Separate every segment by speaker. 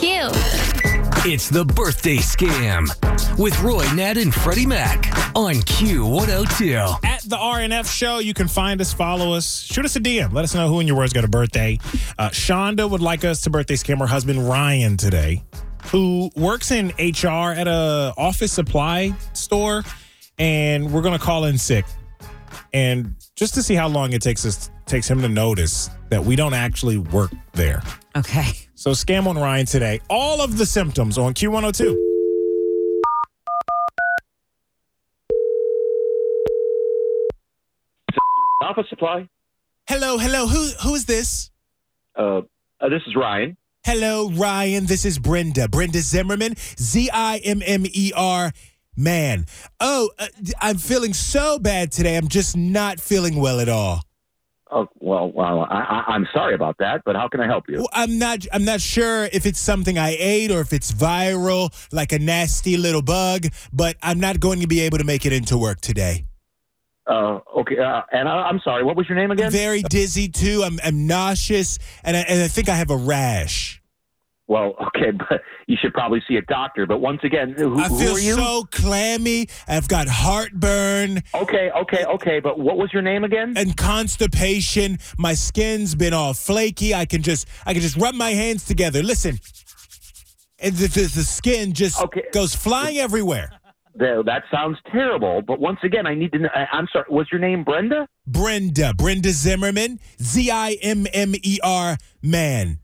Speaker 1: you.
Speaker 2: It's the birthday scam with Roy Ned and Freddie Mac on Q102.
Speaker 3: at the RNF show. You can find us, follow us, shoot us a DM. Let us know who in your words got a birthday. Uh, Shonda would like us to birthday scam her husband Ryan today, who works in HR at a office supply store, and we're gonna call in sick, and just to see how long it takes us takes him to notice that we don't actually work there.
Speaker 4: Okay.
Speaker 3: So scam on Ryan today. All of the symptoms on Q102.
Speaker 5: Office Supply.
Speaker 3: Hello, hello. Who who is this?
Speaker 5: Uh, uh, this is Ryan.
Speaker 3: Hello, Ryan. This is Brenda. Brenda Zimmerman, Z I M M E R, man. Oh, uh, I'm feeling so bad today. I'm just not feeling well at all.
Speaker 5: Oh, well, well I, I, I'm sorry about that, but how can I help you?
Speaker 3: Well, I'm not. I'm not sure if it's something I ate or if it's viral, like a nasty little bug. But I'm not going to be able to make it into work today.
Speaker 5: Uh, okay, uh, and I, I'm sorry. What was your name again?
Speaker 3: I'm very dizzy too. I'm, I'm nauseous, and I, and I think I have a rash.
Speaker 5: well, okay, but you should probably see a doctor. But once again, who,
Speaker 3: I
Speaker 5: who
Speaker 3: feel
Speaker 5: are you?
Speaker 3: so clammy. I've got heartburn.
Speaker 5: okay, okay, okay. But what was your name again?
Speaker 3: and constipation. My skin's been all flaky. I can just I can just rub my hands together. Listen, and the, the, the skin just
Speaker 5: Okay.
Speaker 3: goes flying everywhere.
Speaker 5: Though that sounds terrible. But once again, I need to. Know, I, I'm sorry. Was your name Brenda?
Speaker 3: Brenda, Brenda Zimmerman, Z I M M E R man.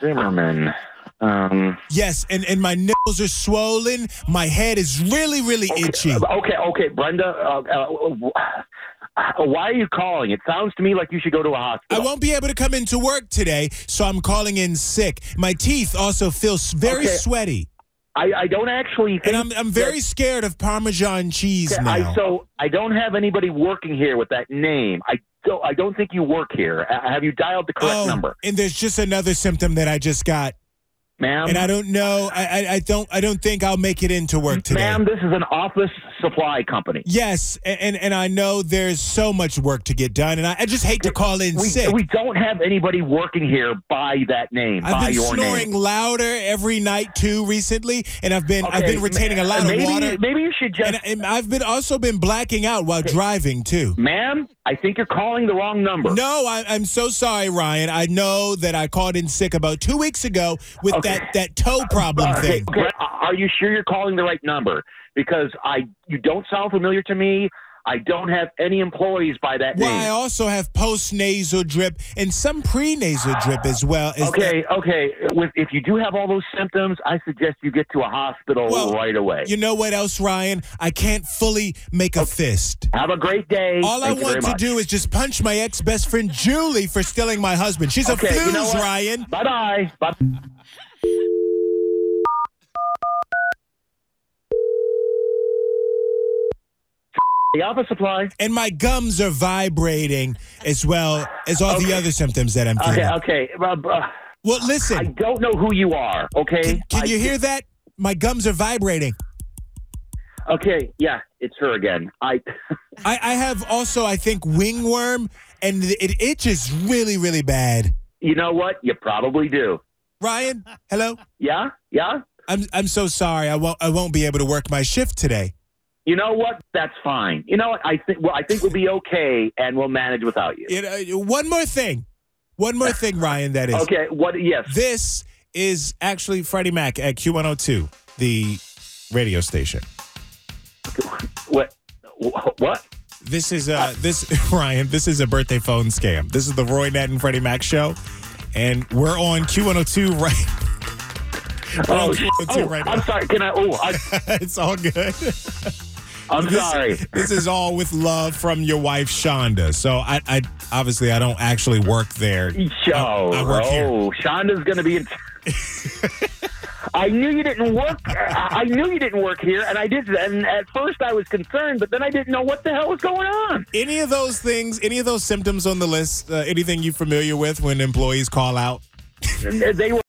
Speaker 5: Zimmerman. Um,
Speaker 3: Yes, and and my nipples are swollen. My head is really really itchy.
Speaker 5: okay, okay, Brenda. Uh, uh, w- why are you calling? It sounds to me like you should go to a
Speaker 3: I
Speaker 5: hospital.
Speaker 3: won't be able to come into work today, so I'm calling in sick. My teeth also feel s- very
Speaker 5: Okay.
Speaker 3: sweaty,
Speaker 5: I, I don't actually. Think
Speaker 3: and I'm I'm very scared of Parmesan cheese
Speaker 5: Okay,
Speaker 3: now.
Speaker 5: I, so I don't have anybody working here with that name. I don't. I don't think you work here. Uh, have you dialed the correct
Speaker 3: oh,
Speaker 5: number,
Speaker 3: And there's just another symptom that I just got,
Speaker 5: ma'am?
Speaker 3: and I don't know. I, I I don't I don't think I'll make it into work today.
Speaker 5: Ma'am, this is an office supply company.
Speaker 3: Yes, a- and and I know there's so much work to get done, and I, I just hate to call in
Speaker 5: We,
Speaker 3: sick.
Speaker 5: we don't have anybody working here by that name. by
Speaker 3: I've been
Speaker 5: your
Speaker 3: snoring
Speaker 5: name.
Speaker 3: louder every night too recently, and I've been I've
Speaker 5: Okay,
Speaker 3: been retaining a lot
Speaker 5: maybe,
Speaker 3: of water,
Speaker 5: Maybe you should just,
Speaker 3: and, and I've been also been blacking out while driving too.
Speaker 5: ma'am. I think you're calling the wrong number.
Speaker 3: No, I, I'm so sorry, Ryan. I know that I called in sick about two weeks ago with
Speaker 5: Okay.
Speaker 3: that that toe problem
Speaker 5: Uh, Okay,
Speaker 3: thing.
Speaker 5: okay, Are you sure you're calling the right number? Because I, you don't sound familiar to me. I don't have any employees by that
Speaker 3: Well,
Speaker 5: name.
Speaker 3: I also have post nasal drip and some pre nasal drip as well. Is
Speaker 5: Okay, okay. With, if you do have all those symptoms, I suggest you get to a hospital
Speaker 3: Well,
Speaker 5: right away.
Speaker 3: You know what else, Ryan? I can't fully make a fist.
Speaker 5: have a great day.
Speaker 3: All
Speaker 5: Thank
Speaker 3: I
Speaker 5: you very
Speaker 3: want to
Speaker 5: much.
Speaker 3: do is just punch my ex best friend Julie for stealing my husband. She's a
Speaker 5: Okay,
Speaker 3: fuse,
Speaker 5: you know what?
Speaker 3: Ryan.
Speaker 5: Bye-bye. Bye. The Alpha Supply.
Speaker 3: And my gums are vibrating as well as all the
Speaker 5: Okay.
Speaker 3: other symptoms that I'm feeling.
Speaker 5: Okay, okay. Uh, uh,
Speaker 3: Well,
Speaker 5: I
Speaker 3: listen,
Speaker 5: don't know who you are. Okay.
Speaker 3: can, can
Speaker 5: I-
Speaker 3: you hear that? My gums are vibrating.
Speaker 5: Okay. Yeah, it's her again. I.
Speaker 3: I, I have also, I think, wingworm, and it itches really, really bad.
Speaker 5: You know what? You probably do.
Speaker 3: Ryan, hello.
Speaker 5: Yeah. Yeah.
Speaker 3: I'm I'm so sorry. I won't I won't be able to work my shift today.
Speaker 5: You know what? That's fine. You know what? I think. Well, I think we'll be okay, and we'll manage without you.
Speaker 3: You know, one more thing, one more thing, Ryan. That is
Speaker 5: Okay. What? Yes.
Speaker 3: this is actually Freddie Mac at Q102, the radio station.
Speaker 5: What? What?
Speaker 3: This is uh this Ryan. This is a birthday phone scam. This is the Roy Nat and Freddie Mac show, and we're on Q102 right. We're on
Speaker 5: Oh, sh-
Speaker 3: Q102
Speaker 5: oh,
Speaker 3: right
Speaker 5: I'm
Speaker 3: now.
Speaker 5: sorry. Can I? Oh, I,
Speaker 3: it's all good.
Speaker 5: I'm
Speaker 3: This-
Speaker 5: sorry.
Speaker 3: This is all with love from your wife Shonda. So I, I obviously I don't actually work there.
Speaker 5: Yo,
Speaker 3: I work here.
Speaker 5: oh, Shonda's gonna be. In- I knew you didn't work. I I knew you didn't work here, and I did. And at first, I was concerned, but then I didn't know what the hell was going on.
Speaker 3: Any of those things, any of those symptoms on the list, uh, anything you familiar with when employees call out?
Speaker 5: They were.